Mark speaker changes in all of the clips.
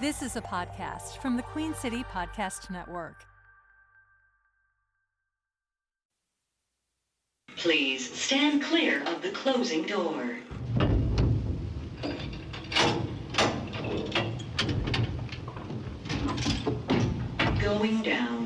Speaker 1: This is a podcast from the Queen City Podcast Network.
Speaker 2: Please stand clear of the closing door. Going down.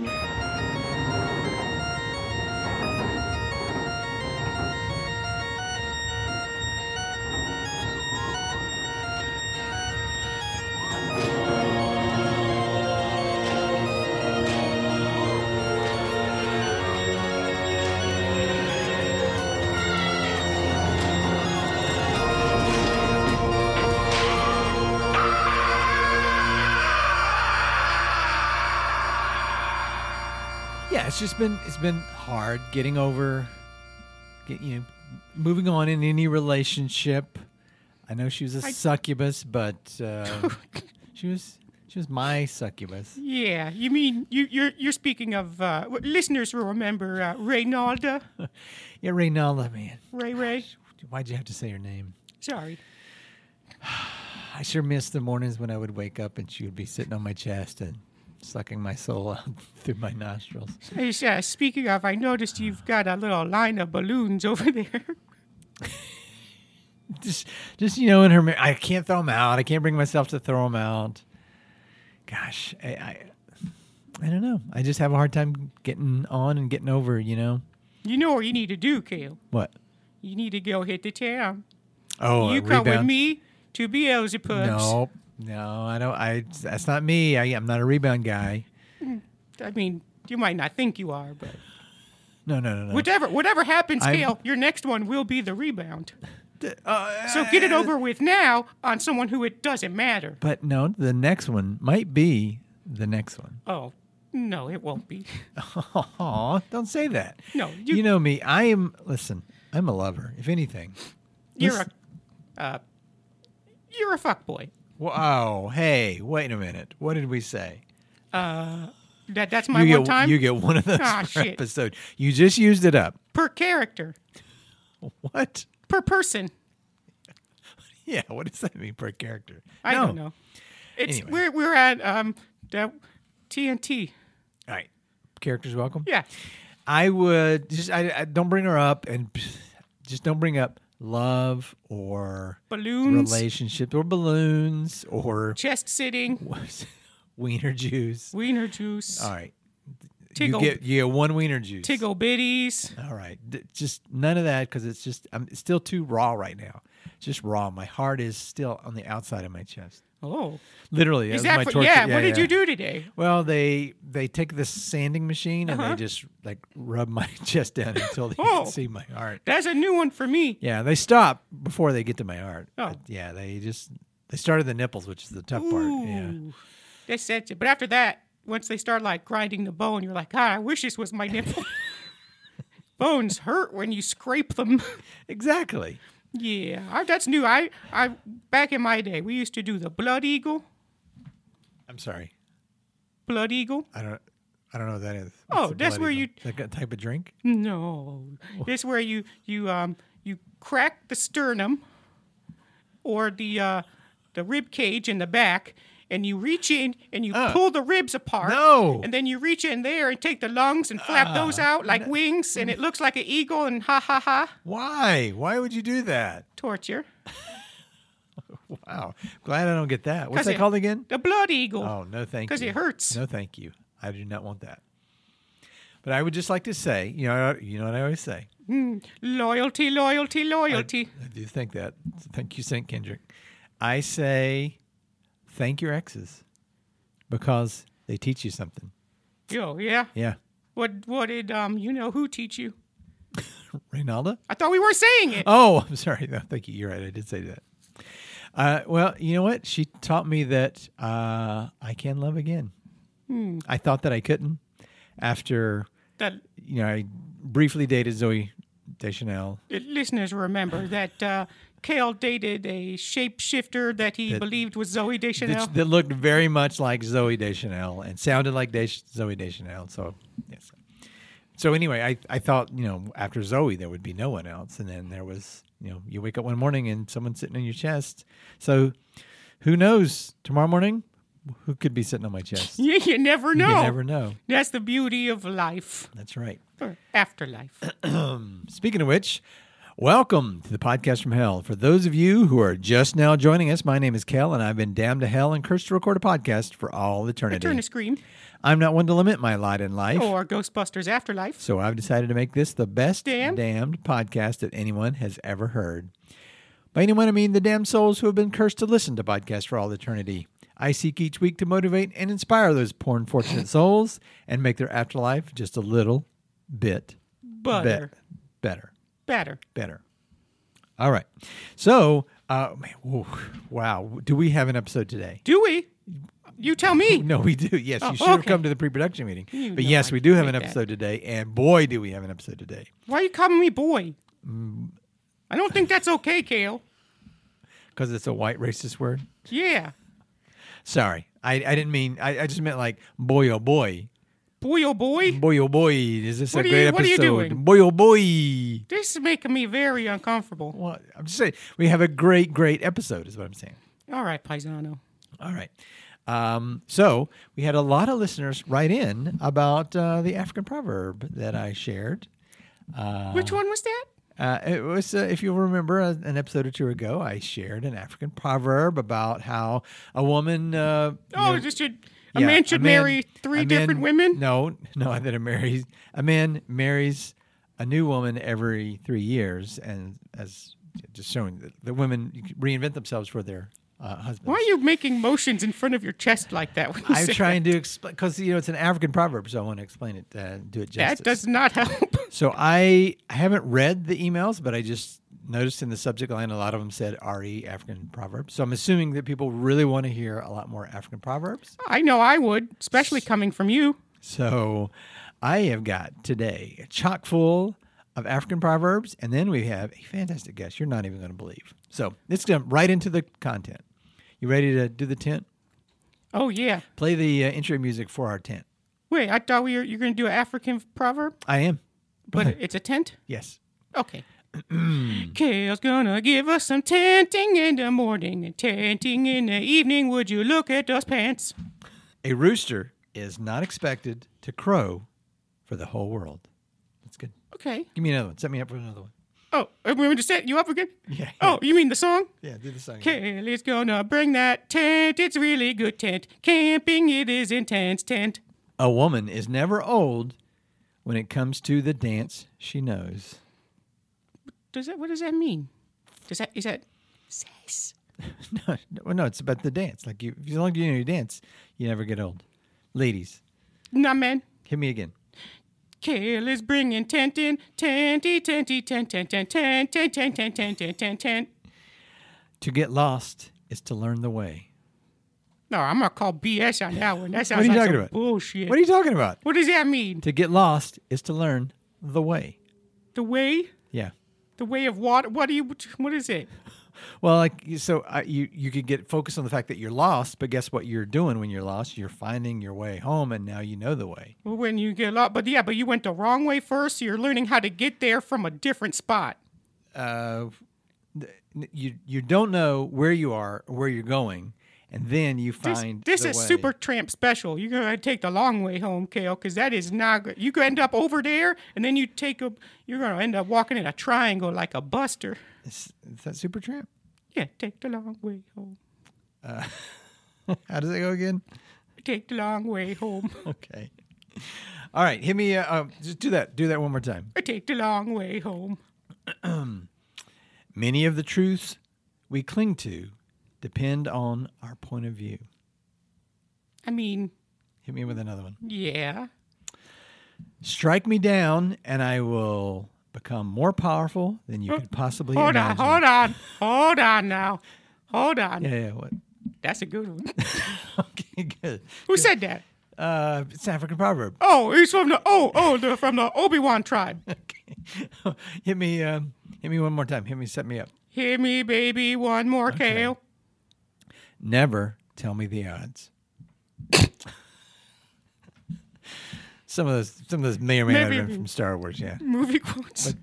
Speaker 3: yeah it's just been it's been hard getting over get, you know moving on in any relationship i know she was a succubus but uh, she was she was my succubus
Speaker 4: Yeah, you mean you, you're you're speaking of uh, w- listeners will remember uh, Reynalda,
Speaker 3: yeah reynalda man
Speaker 4: Ray Ray.
Speaker 3: why'd you have to say her name
Speaker 4: Sorry.
Speaker 3: i sure miss the mornings when i would wake up and she would be sitting on my chest and sucking my soul out through my nostrils
Speaker 4: Hey, s- uh, speaking of, I noticed you've got a little line of balloons over there.
Speaker 3: just just you know in her mar- i can't throw them out i can't bring myself to throw them out gosh I, I i don't know i just have a hard time getting on and getting over you know
Speaker 4: You know what you need to do, Kale.
Speaker 3: what
Speaker 4: You need to go hit the town.
Speaker 3: oh
Speaker 4: you
Speaker 3: uh,
Speaker 4: come with
Speaker 3: rebound.
Speaker 4: me to Beelzebub's.
Speaker 3: no no i don't i that's not me I, i'm not a rebound guy
Speaker 4: I mean, you might not think you are, but
Speaker 3: no no no no
Speaker 4: whatever whatever happens,
Speaker 3: Uh, I'm-
Speaker 4: Kale, your next one will be the rebound.
Speaker 3: Uh,
Speaker 4: So get it over with now on someone who it doesn't matter.
Speaker 3: but no the next one might be the next one
Speaker 4: Oh, no, it won't be.
Speaker 3: Aw, don't say that
Speaker 4: No,
Speaker 3: you,
Speaker 4: you-
Speaker 3: know me i am listen i'm a lover if anything
Speaker 4: You're
Speaker 3: Listen-
Speaker 4: a, uh, you're a fuckboy.
Speaker 3: Wow. Hey, wait a minute. What did we say?
Speaker 4: That that's my
Speaker 3: you
Speaker 4: one
Speaker 3: get
Speaker 4: time
Speaker 3: you get one of those
Speaker 4: Ah,
Speaker 3: per
Speaker 4: shit.
Speaker 3: episode. You just used it up.
Speaker 4: per character
Speaker 3: What?
Speaker 4: per person.
Speaker 3: Yeah. What does that mean per character?
Speaker 4: I
Speaker 3: No.
Speaker 4: don't know. It's
Speaker 3: Anyway.
Speaker 4: we're we're at um that TNT.
Speaker 3: All right. Characters welcome.
Speaker 4: Yeah,
Speaker 3: I would just I, I don't bring her up and just don't bring up love or
Speaker 4: Balloons.
Speaker 3: relationship or balloons or
Speaker 4: chest sitting,
Speaker 3: wiener juice.
Speaker 4: wiener juice,
Speaker 3: All right. You
Speaker 4: Tiggle.
Speaker 3: get you get one wiener juice.
Speaker 4: tiggle bitties.
Speaker 3: All right, D- just none of that because it's just I'm it's still too raw right now. It's Just raw. My heart is still on the outside of my chest.
Speaker 4: Oh,
Speaker 3: Literally, that
Speaker 4: is
Speaker 3: was
Speaker 4: that
Speaker 3: my
Speaker 4: for-
Speaker 3: torture.
Speaker 4: yeah, What did you do today?
Speaker 3: Well, they they take this sanding machine and they just like rub my chest down until they
Speaker 4: Uh-huh. Oh.
Speaker 3: can see my heart.
Speaker 4: That's a new one for me.
Speaker 3: Yeah, they stop before they get to my heart.
Speaker 4: Oh.
Speaker 3: But yeah, they just they started the nipples, which is the tough part. Yeah.
Speaker 4: Ooh, that's that's it. But after that, once they start like grinding the bone, you're like, God, I wish this was my nipple. Bones hurt when you scrape them.
Speaker 3: Exactly.
Speaker 4: Yeah, I, that's new. I, I back in my day, we used to do the blood eagle,
Speaker 3: I'm sorry.
Speaker 4: blood eagle.
Speaker 3: I don't I don't know what that is.
Speaker 4: Oh,
Speaker 3: the
Speaker 4: that's
Speaker 3: bloody
Speaker 4: where
Speaker 3: one?
Speaker 4: you-
Speaker 3: like a type of drink?
Speaker 4: No,
Speaker 3: Oh.
Speaker 4: this where you you um you crack the sternum or the uh, the rib cage in the back, and you reach in and you pull the ribs apart.
Speaker 3: Uh. No. Ah.
Speaker 4: and then you reach in there and take the lungs and flap those out like wings, and it looks like an eagle. And ha ha ha,
Speaker 3: Why? Why would you do that?
Speaker 4: torture.
Speaker 3: Wow. Glad I don't get that. What's
Speaker 4: 'Cause
Speaker 3: that
Speaker 4: it-
Speaker 3: called again?
Speaker 4: The blood eagle.
Speaker 3: Oh, no, thank you.
Speaker 4: 'Cause it hurts.
Speaker 3: No, thank you. I do not want that. But I would just like to say, you know, you know what I always say.
Speaker 4: Loyalty, loyalty, loyalty.
Speaker 3: I do think that. So Thank you, St. Kendrick. I say, thank your exes because they teach you something.
Speaker 4: Yo, Oh, yeah.
Speaker 3: Yeah.
Speaker 4: What what did um you know who teach you?
Speaker 3: Reynalda?
Speaker 4: I thought we were saying it.
Speaker 3: Oh, I'm sorry. No, thank you. You're right. I did say that. Uh, well, you know what? She taught me that uh, I can love again.
Speaker 4: Hmm.
Speaker 3: I thought that I couldn't after
Speaker 4: That
Speaker 3: you know, I briefly dated Zoe Deschanel.
Speaker 4: that listeners remember that uh, Kale dated a shapeshifter that he believed was Zoe Deschanel.
Speaker 3: That, that looked very much like Zoe Deschanel and sounded like Desch Zoe Deschanel. So, yes. So anyway, I, I thought you know after Zoe there would be no one else, and then there was you know you wake up one morning and someone's sitting in your chest. So, who knows? Tomorrow morning who could be sitting on my chest?
Speaker 4: You, you never know.
Speaker 3: You never know.
Speaker 4: That's the beauty of life
Speaker 3: That's right.
Speaker 4: or afterlife.
Speaker 3: Speaking of which, welcome to the podcast from hell. For those of you who are just now joining us, my name is Kel, and I've been damned to hell and cursed to record a podcast for all eternity.
Speaker 4: Turn to scream
Speaker 3: I'm not one to limit my lot in life.
Speaker 4: or Ghostbusters Afterlife.
Speaker 3: So I've decided to make this the best
Speaker 4: Damn.
Speaker 3: damned podcast that anyone has ever heard. By anyone, I mean the damned souls who have been cursed to listen to podcasts for all eternity. I seek each week to motivate and inspire those poor, unfortunate souls and make their afterlife just a little bit
Speaker 4: Butter.
Speaker 3: be- better.
Speaker 4: Batter.
Speaker 3: Better. All right. So, uh, man, whoa, wow. Do we have an episode today?
Speaker 4: Do we? You tell me.
Speaker 3: No, we do. Yes,
Speaker 4: Oh,
Speaker 3: you should have
Speaker 4: okay.
Speaker 3: come to the pre-production meeting. but
Speaker 4: know
Speaker 3: yes,
Speaker 4: I
Speaker 3: we do have an
Speaker 4: hate that.
Speaker 3: episode today, and boy, do we have an episode today.
Speaker 4: Why are you calling me boy?
Speaker 3: Mm.
Speaker 4: I don't think that's okay, Kale.
Speaker 3: because it's a white racist word.
Speaker 4: Yeah.
Speaker 3: Sorry, I, I didn't mean. I, I just meant like boy oh boy,
Speaker 4: Boy, oh boy.
Speaker 3: boy oh boy. Is this
Speaker 4: What
Speaker 3: a
Speaker 4: are
Speaker 3: great
Speaker 4: you-
Speaker 3: episode?
Speaker 4: what are you doing?
Speaker 3: Boy oh boy.
Speaker 4: This is making me very uncomfortable.
Speaker 3: Well, I'm just saying we have a great, great episode. Is what I'm saying.
Speaker 4: All right, Paisano.
Speaker 3: All right. Um, so we had a lot of listeners write in about uh, the African proverb that I shared. Ah.
Speaker 4: Which one was that?
Speaker 3: Uh, it was, uh, if you remember, uh, an episode or two ago, I shared an African proverb about how a woman. Uh, you
Speaker 4: Oh,
Speaker 3: know,
Speaker 4: just should, a
Speaker 3: Yeah,
Speaker 4: man should marry three
Speaker 3: a man-
Speaker 4: different women?
Speaker 3: No, no, that a marries a man marries a new woman every three years, and as just showing that the women reinvent themselves for their uh, husbands.
Speaker 4: Why are you making motions in front of your chest like that? When you
Speaker 3: I'm
Speaker 4: say
Speaker 3: trying to explain because you know it's an African proverb, so I want to explain it, uh, do it
Speaker 4: that?
Speaker 3: justice.
Speaker 4: That does not help.
Speaker 3: So I I haven't read the emails, but I just noticed in the subject line a lot of them said "re African proverbs." So I'm assuming that people really want to hear a lot more African proverbs.
Speaker 4: I know I would, especially coming from you.
Speaker 3: So I have got today a chock full of African proverbs, and then we have a fantastic guest you're not even going to believe. So let's jump right into the content. You ready to do the tent?
Speaker 4: Oh, yeah.
Speaker 3: Play the uh, intro music for our tent.
Speaker 4: Wait, I thought we were, you're going to do an African proverb,
Speaker 3: I am.
Speaker 4: but it's a tent?
Speaker 3: Yes.
Speaker 4: Okay.
Speaker 3: Mm.
Speaker 4: Kale's gonna give us some tenting in the morning and tenting in the evening. Would you look at those pants?
Speaker 3: A rooster is not expected to crow for the whole world. That's good.
Speaker 4: Okay.
Speaker 3: Give me another one. Set me up for another one.
Speaker 4: Oh, uh, we want me to set you up again?
Speaker 3: Yeah.
Speaker 4: Oh, you mean the song?
Speaker 3: Yeah, do the song. again.
Speaker 4: Kaylee's gonna bring that tent. It's really good tent. Camping, it is intense tent.
Speaker 3: A woman is never old when it comes to the dance she knows.
Speaker 4: Does that? What does that mean? Does that? Is that? Says.
Speaker 3: No, no, no, it's about the dance. Like you, as long as you know you dance, you never get old. Ladies,
Speaker 4: Nah, man.
Speaker 3: hit me again.
Speaker 4: Kale is bringing tent in. Tenty, tenty, tent, tent, tent, tent, tent, tent, tent, tent, tent, tent, tent.
Speaker 3: To get lost is to learn the way.
Speaker 4: No, I'm gonna call BS on that one. That sounds
Speaker 3: What are you
Speaker 4: like
Speaker 3: talking
Speaker 4: some
Speaker 3: about?
Speaker 4: bullshit.
Speaker 3: What are you talking about?
Speaker 4: What does that mean?
Speaker 3: To get lost is to learn the way.
Speaker 4: The way,
Speaker 3: Yeah.
Speaker 4: the way of water. What do you? What is it?
Speaker 3: Well, like you- so, I, you you could get focused on the fact that you're lost, but guess what you're doing when you're lost? You're finding your way home, and now you know the way.
Speaker 4: Well, When you get lost, but yeah, but you went the wrong way first. So you're learning how to get there from a different spot.
Speaker 3: Uh, th- you you don't know where you are, or where you're going, and then you
Speaker 4: This,
Speaker 3: find
Speaker 4: this
Speaker 3: the
Speaker 4: is
Speaker 3: way.
Speaker 4: super tramp special. You're gonna take the long way home, Kale, because that is not good. You could end up over there, and then you take a. You're gonna end up walking in a triangle like a buster.
Speaker 3: Is, is that super tramp?
Speaker 4: Yeah, take the long way home.
Speaker 3: How does it go again?
Speaker 4: Take the long way home.
Speaker 3: Okay. All right, hit me. Uh, um, just do that. Do that one more time.
Speaker 4: take the long way home.
Speaker 3: Many of the truths we cling to depend on our point of view.
Speaker 4: I mean,
Speaker 3: Hit me with another one.
Speaker 4: yeah.
Speaker 3: Strike me down, and I will become more powerful than you could possibly
Speaker 4: Hold on,
Speaker 3: imagine.
Speaker 4: hold on, hold on now. Hold on.
Speaker 3: Yeah, yeah. What?
Speaker 4: That's a good one.
Speaker 3: Okay, good.
Speaker 4: Who said that?
Speaker 3: Uh, it's an African proverb.
Speaker 4: Oh, he's from the oh oh the, from the Obi Wan tribe.
Speaker 3: Okay. hit me. Um, hit me one more time. Hit me. Set me up.
Speaker 4: Hear me, baby, one more kale.
Speaker 3: Never tell me the odds. some of those, some of those may or may not
Speaker 4: Maybe-
Speaker 3: have been from Star Wars. Yeah,
Speaker 4: Movie quotes.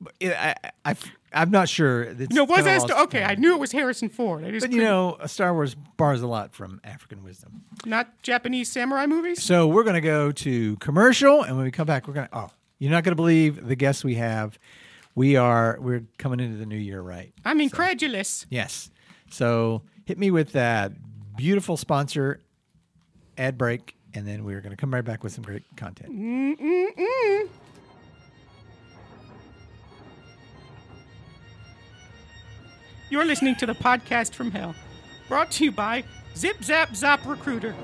Speaker 3: but I, I, I- I'm not sure. It's
Speaker 4: No, was
Speaker 3: kinda
Speaker 4: Astor?
Speaker 3: lost-
Speaker 4: Okay, I knew it was Harrison Ford. I just
Speaker 3: But you
Speaker 4: couldn't-
Speaker 3: know, Star Wars borrows a lot from African wisdom.
Speaker 4: not Japanese samurai movies.
Speaker 3: So we're going to go to commercial, and when we come back, we're going to. Oh, you're not going to believe the guests we have. We are. We're coming into the new year, right?
Speaker 4: I'm incredulous.
Speaker 3: Yes. So hit me with that beautiful sponsor ad break, and then we're going to come right back with some great content.
Speaker 4: You're listening to the podcast from hell, brought to you by Zip Zap Zap Recruiter.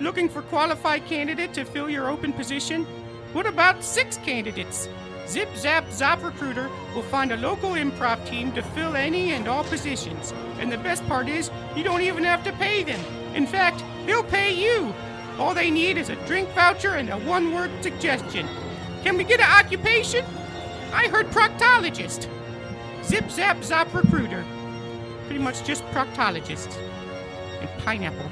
Speaker 4: Looking for qualified candidate to fill your open position? What about six candidates? Zip Zap Zap Recruiter will find a local improv team to fill any and all positions. And the best part is, you don't even have to pay them. In fact, they'll pay you. All they need is a drink voucher and a one word suggestion. Can we get an occupation? I heard proctologist. Zip Zap Zap Recruiter. Pretty much just proctologist. And pineapple.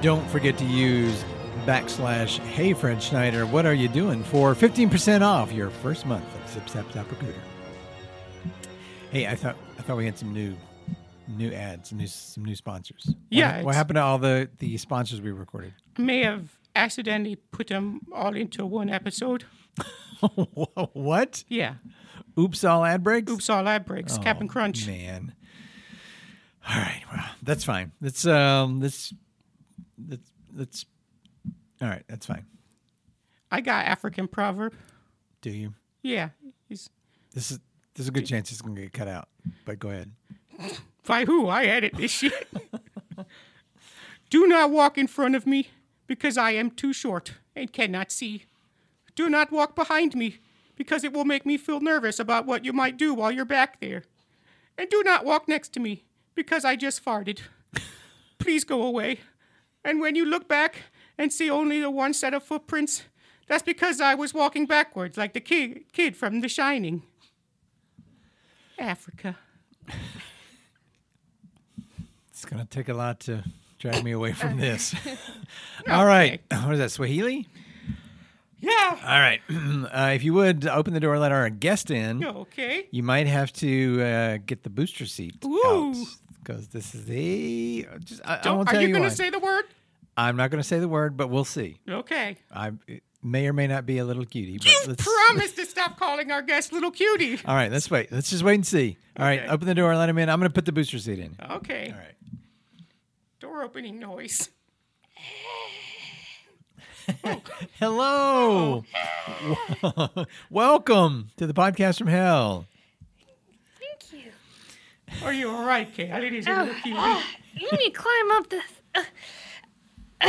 Speaker 3: Don't forget to use backslash Hey Fred Schneider. What are you doing for 15% off your first month of Zip Zap Zap Recruiter? Hey, I thought I thought we had some new new ads, some new some new sponsors. What-
Speaker 4: Yeah,
Speaker 3: what,
Speaker 4: it's-
Speaker 3: happened to all the the sponsors we recorded?
Speaker 4: I may have accidentally put them all into one episode.
Speaker 3: what?
Speaker 4: Yeah.
Speaker 3: Oops! All ad breaks. Oh,
Speaker 4: Oops, all ad breaks. Captain Crunch.
Speaker 3: man. All right, well, that's fine. That's um, that's that's that's all right. That's fine.
Speaker 4: I got African proverb.
Speaker 3: Do you?
Speaker 4: Yeah. It's,
Speaker 3: This is there's a good chance it's gonna get cut out. But go ahead.
Speaker 4: by who? I edit this shit. Do not walk in front of me because I am too short and cannot see. Do not walk behind me because it will make me feel nervous about what you might do while you're back there. And do not walk next to me because I just farted. Please go away. And when you look back and see only the one set of footprints, that's because I was walking backwards like the ki- kid from The Shining. Africa.
Speaker 3: It's gonna take a lot to drag me away from this. All right. What is that, Swahili?
Speaker 4: Yeah.
Speaker 3: All right. uh, if you would open the door, let our guest in.
Speaker 4: Okay.
Speaker 3: You might have to uh, get the booster seat
Speaker 4: Ooh.
Speaker 3: because this is a. Just, I, I
Speaker 4: Don't,
Speaker 3: won't
Speaker 4: Oh, are
Speaker 3: tell
Speaker 4: you,
Speaker 3: you
Speaker 4: going
Speaker 3: why.
Speaker 4: to say the word?
Speaker 3: I'm not going to say the word, but we'll see.
Speaker 4: Okay.
Speaker 3: I it may or may not be a little cutie. But
Speaker 4: You
Speaker 3: let's,
Speaker 4: promised to stop calling our guest little cutie.
Speaker 3: All right, let's wait. Let's just wait and see. All right,
Speaker 4: Okay.
Speaker 3: open the door and let him in. I'm going to put the booster seat in.
Speaker 4: Okay.
Speaker 3: All right.
Speaker 4: Door opening noise.
Speaker 3: Hello. Welcome to the podcast from hell.
Speaker 5: Thank you.
Speaker 4: Are you all right, Kay? I didn't say little cutie.
Speaker 5: Oh, you need to climb up the. uh, uh,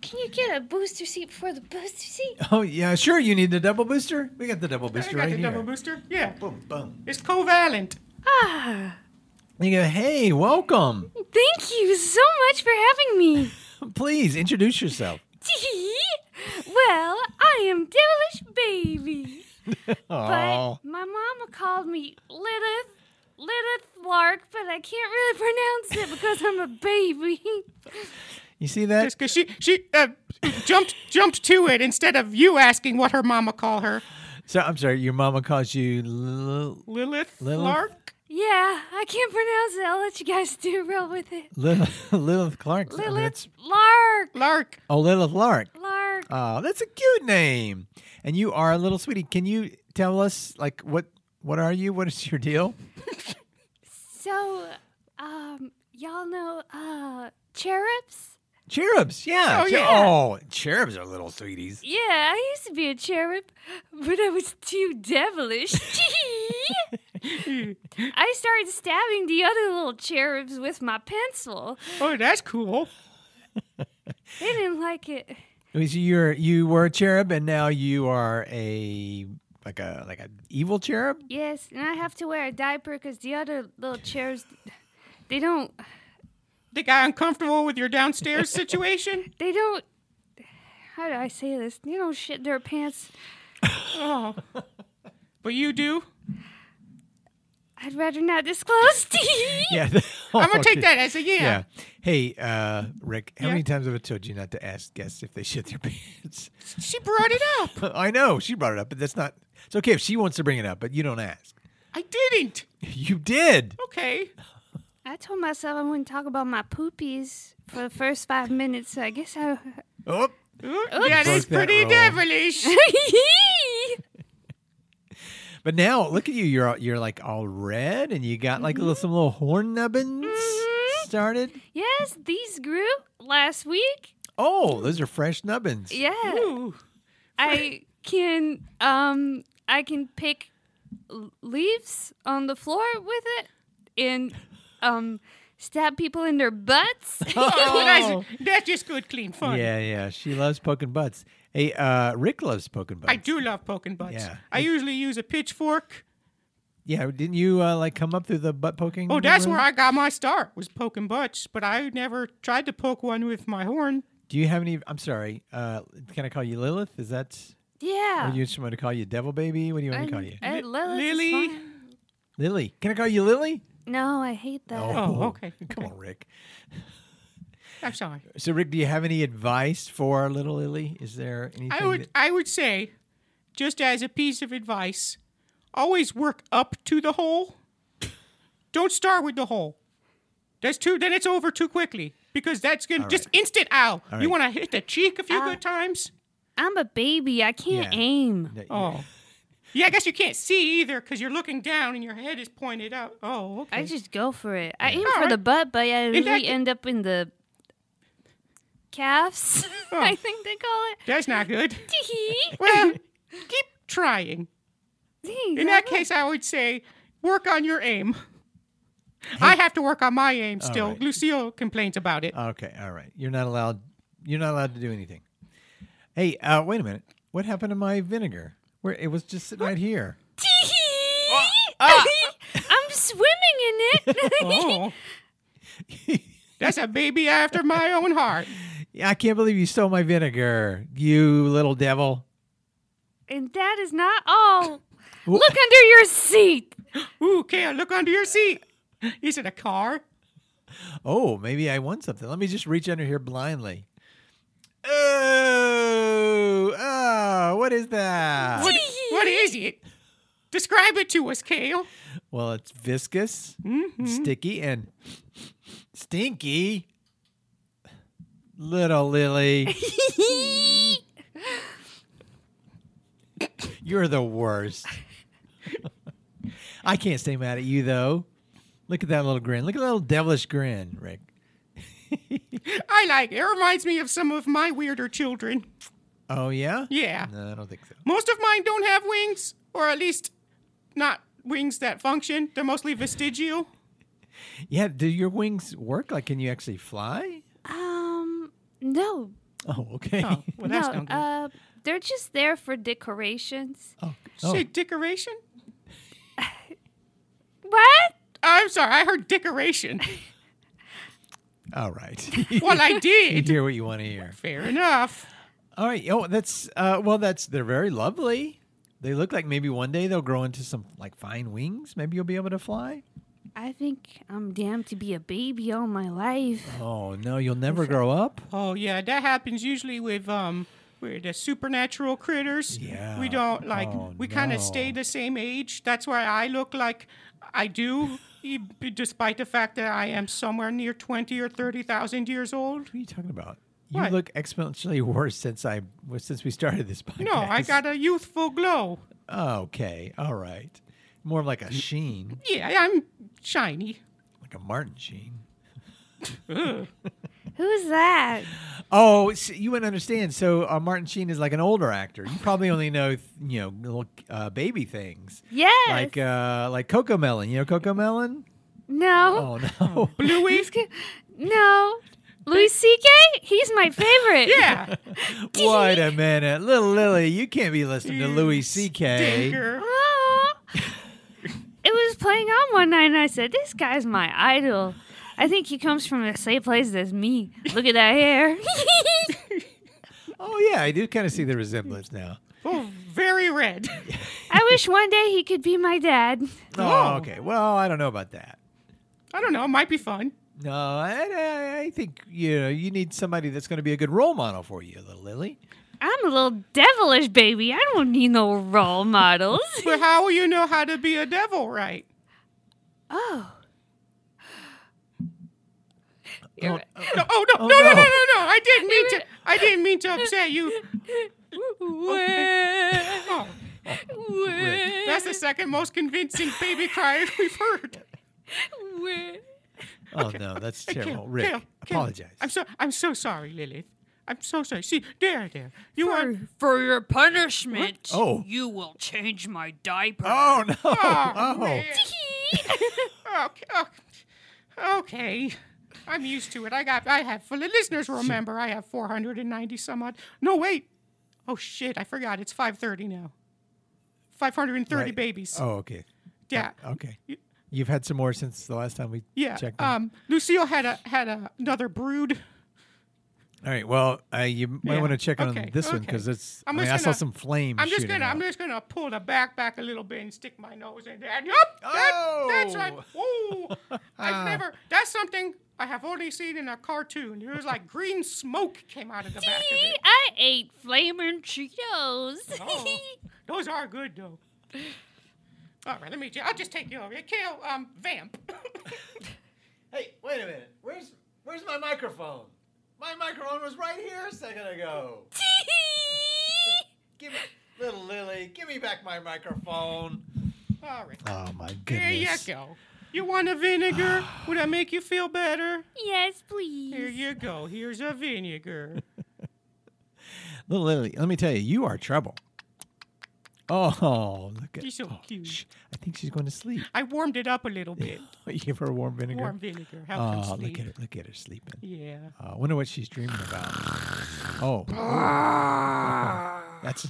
Speaker 5: can you get a booster seat before the booster seat?
Speaker 3: Oh, yeah, sure. You need the double booster? We got the double
Speaker 4: I
Speaker 3: booster
Speaker 4: got
Speaker 3: right
Speaker 4: the
Speaker 3: here.
Speaker 4: double booster. Yeah.
Speaker 3: boom, boom.
Speaker 4: It's covalent.
Speaker 5: Ah,
Speaker 3: And you go, hey, welcome.
Speaker 5: thank you so much for having me.
Speaker 3: Please introduce yourself.
Speaker 5: Gee, well, I am Devilish Baby.
Speaker 3: Oh,
Speaker 5: But my mama called me Lilith. Lilith Lark, but I can't really pronounce it because I'm a baby.
Speaker 3: you see that?
Speaker 4: Just because she she uh, jumped jumped to it instead of you asking what her mama called her.
Speaker 3: So I'm sorry, your mama calls you. Lil-
Speaker 4: Lilith,
Speaker 3: Lilith?
Speaker 4: Lark.
Speaker 5: yeah, I can't pronounce it. I'll let you guys do real with it.
Speaker 3: Lil- Lilith Clark. I mean,
Speaker 5: Lilith
Speaker 3: that's-
Speaker 5: Lark.
Speaker 4: Lark.
Speaker 3: oh, Lilith Lark.
Speaker 5: Lark.
Speaker 3: Oh, that's a cute name. And you are a little sweetie. Can you tell us, like, what what are you? What is your deal?
Speaker 5: So, um, y'all know uh cherubs?
Speaker 3: Cherubs, yeah.
Speaker 4: Oh,
Speaker 3: Che-
Speaker 4: yeah.
Speaker 3: Oh, cherubs are little sweeties.
Speaker 5: Yeah, I used to be a cherub, but I was too devilish. I started stabbing the other little cherubs with my pencil.
Speaker 4: Oh, that's cool.
Speaker 5: They didn't like it.
Speaker 3: So you're you were a cherub, and now you are a like a like a evil cherub.
Speaker 5: Yes, and I have to wear a diaper because the other little cherubs, they don't,
Speaker 4: They got uncomfortable with your downstairs situation.
Speaker 5: they don't. How do I say this? They don't shit their pants.
Speaker 4: Oh. But you do.
Speaker 5: I'd rather not disclose to you.
Speaker 3: Yeah.
Speaker 4: I'm gonna take that as a yeah.
Speaker 3: Oh, Yeah. Hey, uh, Rick, how
Speaker 4: Yeah.
Speaker 3: many times have I told you not to ask guests if they shit their pants?
Speaker 4: She brought it up.
Speaker 3: I know she brought it up, but that's not. It's okay if she wants to bring it up, but you don't ask.
Speaker 4: I didn't.
Speaker 3: You did.
Speaker 4: Okay.
Speaker 5: I told myself I wouldn't talk about my poopies for the first five minutes, so I guess I.
Speaker 3: Oh,
Speaker 4: Ooh, that
Speaker 3: Broke
Speaker 4: is
Speaker 3: that Oh.
Speaker 4: pretty
Speaker 3: rule.
Speaker 4: devilish.
Speaker 3: but now look at you. You're all- you're like all red, and you got like
Speaker 4: Mm-hmm.
Speaker 3: little, some little horn nubbins started.
Speaker 5: yes, these grew last week.
Speaker 3: Oh, those are fresh nubbins.
Speaker 5: Yeah.
Speaker 4: Ooh.
Speaker 5: I can um I can pick l- leaves on the floor with it and um stab people in their butts.
Speaker 4: Oh,
Speaker 3: Oh.
Speaker 4: that's, that's just good, clean fun.
Speaker 3: Yeah, yeah. She loves poking butts. Hey, uh, Rick loves poking butts.
Speaker 4: I do love poking butts.
Speaker 3: Yeah.
Speaker 4: I usually use a pitchfork.
Speaker 3: Yeah, didn't you uh, like come up through the butt poking?
Speaker 4: Oh, that's
Speaker 3: room?
Speaker 4: where I got my start was poking butts, but I never tried to poke one with my horn.
Speaker 3: Do you have any? I'm sorry. Uh, can I call you Lilith? Is that?
Speaker 5: yeah.
Speaker 3: Or you just want to call you Devil Baby? What do you want me to call you?
Speaker 5: And- and Lilith is
Speaker 4: Lily?
Speaker 5: fine.
Speaker 3: Lily. Can I call you Lily?
Speaker 5: No, I hate that.
Speaker 4: Oh, okay.
Speaker 3: Come on, Rick.
Speaker 4: I'm sorry.
Speaker 3: So, Rick, do you have any advice for our little Lily? Is there anything?
Speaker 4: I would
Speaker 3: that-
Speaker 4: I would say, just as a piece of advice, always work up to the hole. Don't start with the hole. That's too then it's over too quickly. Because that's gonna just instant ow.
Speaker 3: All
Speaker 4: You
Speaker 3: right.
Speaker 4: wanna hit the cheek a few good times?
Speaker 5: I'm a baby. I can't
Speaker 3: Yeah.
Speaker 5: aim.
Speaker 3: that you-
Speaker 4: Oh. Yeah, I guess you can't see either because you're looking down and your head is pointed out. Oh, okay.
Speaker 5: I just go for it. I aim
Speaker 4: All
Speaker 5: for
Speaker 4: right.
Speaker 5: the butt, but I usually
Speaker 4: that-
Speaker 5: end up in the calves.
Speaker 4: Oh.
Speaker 5: I think they call it.
Speaker 4: That's not good.
Speaker 5: Tee-hee.
Speaker 4: Well, keep trying.
Speaker 5: Thanks,
Speaker 4: In that
Speaker 5: I like-
Speaker 4: case, I would say work on your aim. I have to work on my aim still.
Speaker 3: right.
Speaker 4: Lucille complains about it.
Speaker 3: Okay. All right. You're not allowed. You're not allowed to do anything. Hey, uh, wait a minute. What happened to my vinegar? Where it was just sitting right here.
Speaker 5: Tee-hee. I'm swimming in it.
Speaker 4: uh. oh, that's a baby after my own heart.
Speaker 3: Yeah, I can't believe you stole my vinegar, you little devil.
Speaker 5: And that is not all. Look under your seat.
Speaker 4: Ooh, Kale, look under your seat. Is it a car?
Speaker 3: Oh, maybe I won something. Let me just reach under here blindly. Oh, oh what is that?
Speaker 4: What, what is it? Describe it to us, Kale.
Speaker 3: Well, it's viscous, sticky, and stinky. Little Lily, you're the worst. I can't stay mad at you, though. Look at that little grin. Look at that little devilish grin, Rick.
Speaker 4: I like it. It reminds me of some of my weirder children.
Speaker 3: Oh, yeah?
Speaker 4: Yeah.
Speaker 3: No, I don't think so.
Speaker 4: Most of mine don't have wings, or at least not wings that function. They're mostly vestigial.
Speaker 3: Yeah, do your wings work? Like, can you actually fly?
Speaker 5: Um, no,
Speaker 3: Oh, okay.
Speaker 4: Oh, well, that's
Speaker 5: no.
Speaker 4: not good.
Speaker 5: Uh, they're just there for decorations.
Speaker 3: Oh,
Speaker 4: Did you
Speaker 3: oh.
Speaker 4: Say decoration?
Speaker 5: What?
Speaker 4: I'm sorry, I heard decoration.
Speaker 3: all right.
Speaker 4: well, I
Speaker 3: you
Speaker 4: did.
Speaker 3: hear what you want to hear.
Speaker 4: Fair enough.
Speaker 3: All right. Oh, that's uh, well. That's they're very lovely. They look like maybe one day they'll grow into some like fine wings. Maybe you'll be able to fly.
Speaker 5: I think I'm damned to be a baby all my life.
Speaker 3: Oh no, you'll never grow up.
Speaker 4: Oh yeah, that happens usually with um with the supernatural critters.
Speaker 3: Yeah.
Speaker 4: We don't like
Speaker 3: Oh,
Speaker 4: we kind
Speaker 3: no.
Speaker 4: of stay the same age. That's why I look like I do, e- despite the fact that I am somewhere near twenty or thirty thousand years old.
Speaker 3: What are you talking about? You
Speaker 4: What?
Speaker 3: look exponentially worse since I well, since we started this podcast.
Speaker 4: No, I got a youthful glow.
Speaker 3: Okay. All right. More of like a sheen,
Speaker 4: Yeah, I'm shiny.
Speaker 3: like a Martin sheen.
Speaker 5: Who's that?
Speaker 3: Oh, s you wouldn't understand. So uh, Martin Sheen is like an older actor. You probably only know, th- you know, little uh, baby things
Speaker 5: Yes.
Speaker 3: like uh, like Coco Melon. You know Coco Melon?
Speaker 5: no.
Speaker 3: Oh no.
Speaker 4: Bluey.
Speaker 5: No. Louis C.K. He's my favorite.
Speaker 4: yeah.
Speaker 3: Wait a minute, little Lily, you can't be listening to
Speaker 4: You
Speaker 3: Louis C.K.
Speaker 4: Stinker.
Speaker 5: Oh. it was playing on one night, and I said, "This guy's my idol. I think he comes from the same place as me. Look at that hair."
Speaker 3: Oh yeah, I do kind of see the resemblance now.
Speaker 4: Oh, very red.
Speaker 5: I wish one day he could be my dad.
Speaker 3: Oh, okay. Well, I don't know about that.
Speaker 4: I don't know. It might be fun.
Speaker 3: No, I- I, I think you know you need somebody that's going to be a good role model for you, little Lily.
Speaker 5: I'm a little devilish baby. I don't need no role models.
Speaker 4: But how will you know how to be a devil, right?
Speaker 5: oh.
Speaker 3: Oh,
Speaker 5: You're-
Speaker 3: oh,
Speaker 4: No, oh no,
Speaker 3: Oh,
Speaker 4: no, no, no,
Speaker 3: no.
Speaker 4: no, no, I didn't mean to. I didn't mean to upset you.
Speaker 5: Where-
Speaker 4: Oh,
Speaker 5: where-
Speaker 4: that's the second most convincing baby cry we've heard.
Speaker 5: where-
Speaker 3: oh, no, that's terrible.
Speaker 4: Kim,
Speaker 3: Rick,
Speaker 4: Kim, Kim,
Speaker 3: apologize.
Speaker 4: I'm so I'm so sorry, Lilith. I'm so sorry. See, there, there. You are.
Speaker 5: For, for your punishment,
Speaker 3: Oh.
Speaker 5: you will change my diaper.
Speaker 3: oh no!
Speaker 4: Oh,
Speaker 3: Oh,
Speaker 4: man. okay, oh, okay. I'm used to it. I got. I have. For the listeners, remember, I have 490 some odd. No, wait. Oh shit! I forgot. It's 5:30 now. 530
Speaker 3: Right.
Speaker 4: babies.
Speaker 3: Oh, okay.
Speaker 4: yeah.
Speaker 3: Uh, Okay. You've had some more since the last time we
Speaker 4: Yeah.
Speaker 3: checked. in.
Speaker 4: Um, Lucille had a had a, another brood.
Speaker 3: All right. Well, uh, you might
Speaker 4: Yeah,
Speaker 3: want to check on
Speaker 4: okay,
Speaker 3: this one
Speaker 4: okay.
Speaker 3: because it's. i
Speaker 4: I'm
Speaker 3: mean,
Speaker 4: just
Speaker 3: I saw
Speaker 4: gonna-
Speaker 3: some flames.
Speaker 4: I'm just
Speaker 3: shooting
Speaker 4: gonna I'm
Speaker 3: out.
Speaker 4: just gonna pull the back back a little bit and stick my nose in there. And, yup, that- that's right.
Speaker 3: Oh.
Speaker 4: Whoa,
Speaker 3: Ah.
Speaker 4: I've never. That's something I have only seen in a cartoon. It was like green smoke came out of the back of
Speaker 5: See,
Speaker 4: it.
Speaker 5: I ate flaming Cheetos.
Speaker 4: Oh, those are good though. All right, let me. ju- I'll just take you over. Kale, um, vamp.
Speaker 3: Hey, wait a minute. Where's Where's my microphone? My microphone was right here a second ago. Give me, little Lily, give me back my microphone.
Speaker 4: All right,
Speaker 3: Oh my goodness.
Speaker 4: there you go. You want a vinegar? Would that make you feel better?
Speaker 5: yes,
Speaker 4: Here
Speaker 5: please.
Speaker 4: you go. Here's a vinegar.
Speaker 3: Little Lily, let me tell you, you are trouble. Oh, look at
Speaker 4: She's so
Speaker 3: oh,
Speaker 4: cute.
Speaker 3: sh- I think she's going to sleep.
Speaker 4: I warmed it up a little bit.
Speaker 3: you give her a warm vinegar.
Speaker 4: Warm vinegar. Help them
Speaker 3: oh,
Speaker 4: sleep.
Speaker 3: look at her! Look at her sleeping. Uh,
Speaker 4: Yeah.
Speaker 3: I wonder what she's dreaming about. Oh,
Speaker 4: Ah.
Speaker 3: that's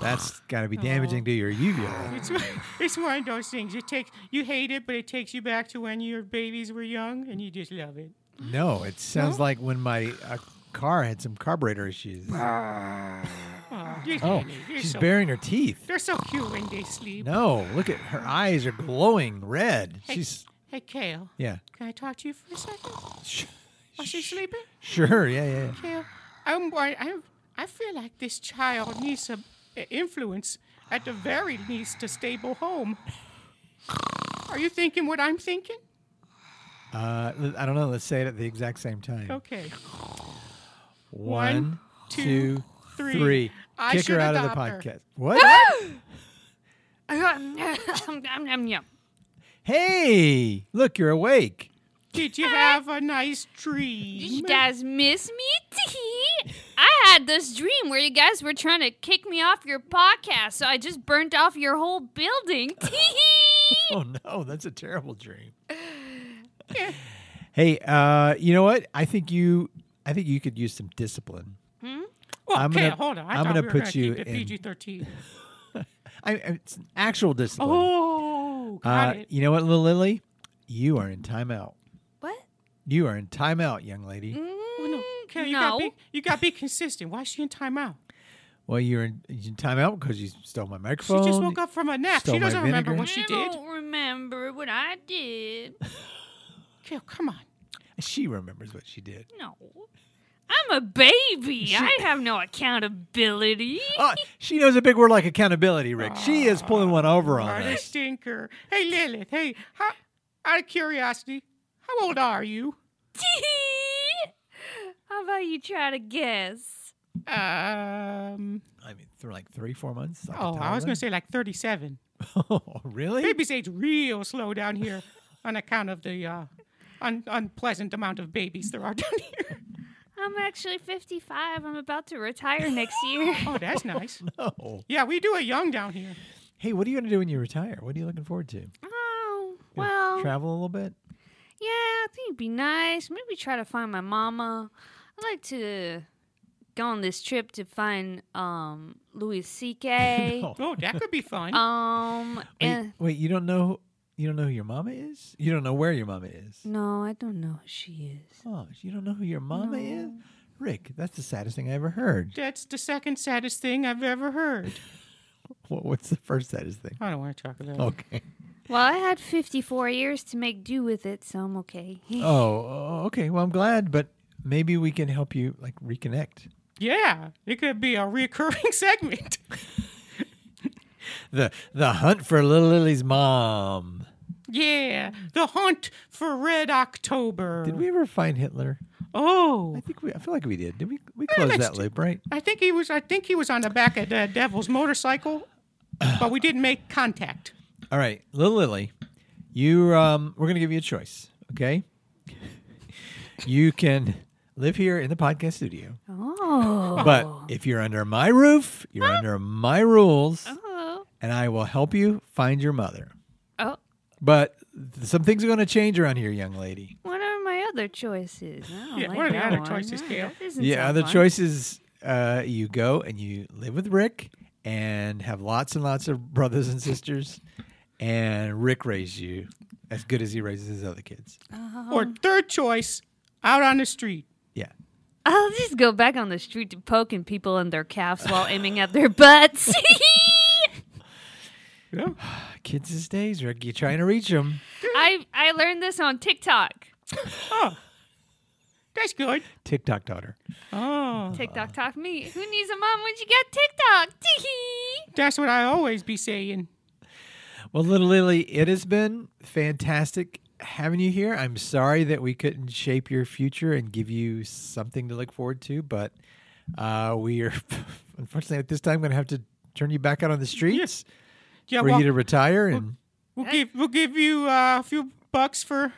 Speaker 3: that's got to be damaging to your uvula.
Speaker 4: It's, one- it's one of those things. It takes you hate it, but it takes you back to when your babies were young, and you just love it.
Speaker 3: No, it sounds like when my uh, car had some carburetor issues.
Speaker 4: Oh, these
Speaker 3: Oh,
Speaker 4: babies, they're
Speaker 3: she's
Speaker 4: so,
Speaker 3: baring her teeth.
Speaker 4: They're so cute when they sleep.
Speaker 3: No, look at her eyes are glowing red.
Speaker 4: Hey,
Speaker 3: She's
Speaker 4: hey, Kale.
Speaker 3: yeah.
Speaker 4: Can I talk to you for a second?
Speaker 3: Sh-
Speaker 4: While she's sleeping,
Speaker 3: Sure, yeah, yeah. yeah.
Speaker 4: Kale. I'm worried. I'm, I feel like this child needs some uh, influence, at the very least, a stable home. Are you thinking what I'm thinking?
Speaker 3: Uh, l- I don't know. Let's say it at the exact same time.
Speaker 4: Okay.
Speaker 3: One,
Speaker 4: One,
Speaker 3: two,
Speaker 4: two,
Speaker 3: three.
Speaker 4: three. I
Speaker 3: Kick her
Speaker 4: should
Speaker 3: out of the
Speaker 4: adopt her. Ah!
Speaker 3: podcast. What? hey, look, you're awake.
Speaker 4: Did you have a nice dream?
Speaker 5: You guys miss me? I had this dream where you guys were trying to kick me off your podcast, so I just burnt off your whole building.
Speaker 3: Oh no, that's a terrible dream. hey, uh, you know what? I think you, I think you could use some discipline.
Speaker 4: Well,
Speaker 3: I'm
Speaker 4: Kale,
Speaker 3: gonna-
Speaker 4: hold on. I
Speaker 3: I'm
Speaker 4: thought
Speaker 3: gonna
Speaker 4: we were
Speaker 3: put
Speaker 4: gonna
Speaker 3: you
Speaker 4: keep it
Speaker 3: in-
Speaker 4: PG thirteen.
Speaker 3: I, it's actual discipline.
Speaker 4: Oh,
Speaker 3: uh,
Speaker 4: got it.
Speaker 3: you know what, little Lily? You are in timeout.
Speaker 5: what? Mm-hmm.
Speaker 3: You are in timeout, young lady.
Speaker 4: Oh, no, Kale, you
Speaker 5: no.
Speaker 4: got be you got be consistent. Why is she in timeout?
Speaker 3: Well, you're in, you're in timeout because you stole my
Speaker 4: She
Speaker 3: microphone.
Speaker 4: just woke up from a nap.
Speaker 3: stole
Speaker 4: She
Speaker 3: my
Speaker 4: doesn't remember
Speaker 3: vinegar.
Speaker 4: what Oh, she
Speaker 5: I
Speaker 4: did.
Speaker 5: don't remember what I did.
Speaker 4: Kale, come on.
Speaker 3: She remembers what she did.
Speaker 5: No. I'm a baby. I have no accountability.
Speaker 3: Oh, she knows a big word like accountability, Rick. she is pulling one over on
Speaker 4: What a
Speaker 3: us.
Speaker 4: stinker. Hey, Lilith. Hey, how, out of curiosity, how old are you?
Speaker 5: How about you try to guess?
Speaker 4: Um.
Speaker 3: I mean, through like three, four months. like a
Speaker 4: Oh, I was
Speaker 3: toddler?
Speaker 4: gonna say like thirty-seven.
Speaker 3: oh, really?
Speaker 4: Babies age real slow down here, on account of the uh, un- unpleasant amount of babies there are down here.
Speaker 5: I'm actually 55. I'm about to retire next year.
Speaker 4: Oh, that's nice.
Speaker 3: Oh.
Speaker 4: Yeah, we do it young down here.
Speaker 3: Hey, what are you going to do when you retire? What are you looking forward to? You
Speaker 5: Oh,
Speaker 3: gonna
Speaker 5: well, yeah,
Speaker 3: travel a little bit.
Speaker 5: I think it'd be nice. Maybe try to find my mama. I'd like to go on this trip to find um Louis C.K.
Speaker 3: No.
Speaker 4: Oh, that could be fun.
Speaker 5: Um,
Speaker 3: Wait,
Speaker 5: and
Speaker 3: wait, you don't know you don't know who your mama is? You don't know where your mama is.
Speaker 5: no, I don't know who she is.
Speaker 3: Oh, you don't know who your mama is? Rick, that's the saddest thing I ever heard.
Speaker 4: That's the second saddest thing I've ever heard.
Speaker 3: What, what's the first saddest thing?
Speaker 4: I don't want to talk about it.
Speaker 3: Okay.
Speaker 5: Well, I had 54 years to make do with it, so I'm okay.
Speaker 3: Oh, okay. Well, I'm glad, but maybe we can help you like reconnect.
Speaker 4: Yeah, it could be a reoccurring segment.
Speaker 3: The the hunt for Little Lily's mom.
Speaker 4: yeah, the hunt for Red October.
Speaker 3: Did we ever find Hitler?
Speaker 4: Oh,
Speaker 3: I think we. I feel like we did. Did we? We closed that
Speaker 4: next-
Speaker 3: loop, right?
Speaker 4: I think he was. I think he was on the back of the devil's motorcycle, but we didn't make contact.
Speaker 3: All right, Little Lily, you. Um, we're gonna give you a choice. Okay. You can live here in the podcast studio,
Speaker 5: Oh.
Speaker 3: but if you're under my roof, you're under my rules,
Speaker 5: oh.
Speaker 3: and I will help you find your mother.
Speaker 5: Oh.
Speaker 3: But th- some things are going to change around here, young lady.
Speaker 5: What are my other choices? I don't
Speaker 4: Yeah,
Speaker 5: like
Speaker 4: what are the
Speaker 5: that
Speaker 4: other
Speaker 5: one.
Speaker 4: choices,
Speaker 5: That
Speaker 4: Gail?
Speaker 5: doesn't
Speaker 3: Yeah,
Speaker 5: sound
Speaker 3: other
Speaker 5: fun.
Speaker 3: choices. Uh, you go and you live with Rick and have lots and lots of brothers and sisters, and Rick raised you as good as he raises his other kids.
Speaker 4: Or
Speaker 3: Uh-huh.
Speaker 4: third choice, out on the street.
Speaker 3: Yeah.
Speaker 5: I'll just go back on the street to poking people in their calves while aiming at their butts.
Speaker 3: Kids these days, Rick, you're trying to reach them.
Speaker 5: I I learned this on TikTok.
Speaker 4: Oh, that's good.
Speaker 3: TikTok daughter.
Speaker 4: Oh,
Speaker 5: TikTok talk me. Who needs a mom when you got TikTok? Tee-hee.
Speaker 4: that's what I always be saying.
Speaker 3: Well, little Lily, it has been fantastic having you here. I'm sorry that we couldn't shape your future and give you something to look forward to, but uh, we are unfortunately at this time going to have to turn you back out on the streets
Speaker 4: Yeah,
Speaker 3: for
Speaker 4: well,
Speaker 3: you to retire. And
Speaker 4: we'll give we'll give you uh, a few bucks for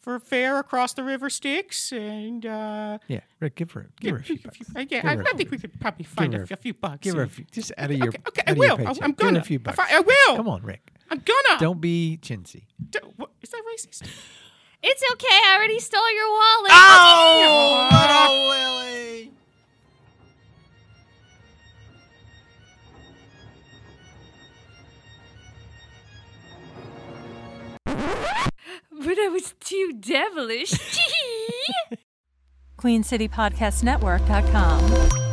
Speaker 4: for fare across the river Styx, and uh,
Speaker 3: yeah, Rick, give her give her a few
Speaker 4: if
Speaker 3: bucks.
Speaker 4: you- yeah,
Speaker 3: Give
Speaker 4: I,
Speaker 3: her a
Speaker 4: I
Speaker 3: few
Speaker 4: think we could probably find
Speaker 3: her
Speaker 4: a,
Speaker 3: a
Speaker 4: f- a few bucks.
Speaker 3: Give her a
Speaker 4: and-
Speaker 3: few, just out of your
Speaker 4: Okay, okay,
Speaker 3: out
Speaker 4: I
Speaker 3: of your
Speaker 4: will. I-
Speaker 3: paycheck.
Speaker 4: I'm
Speaker 3: Give her
Speaker 4: gonna.
Speaker 3: a few
Speaker 4: If
Speaker 3: bucks.
Speaker 4: I- I will. Uh,
Speaker 3: Come on, Rick.
Speaker 4: I'm gonna.
Speaker 3: Don't be chintzy.
Speaker 4: Don't- what- is that racist?
Speaker 5: It's okay. I already stole your wallet.
Speaker 3: Oh, little Lily.
Speaker 5: But I was too devilish. Tee-hee.
Speaker 1: QueenCityPodcastNetwork.com.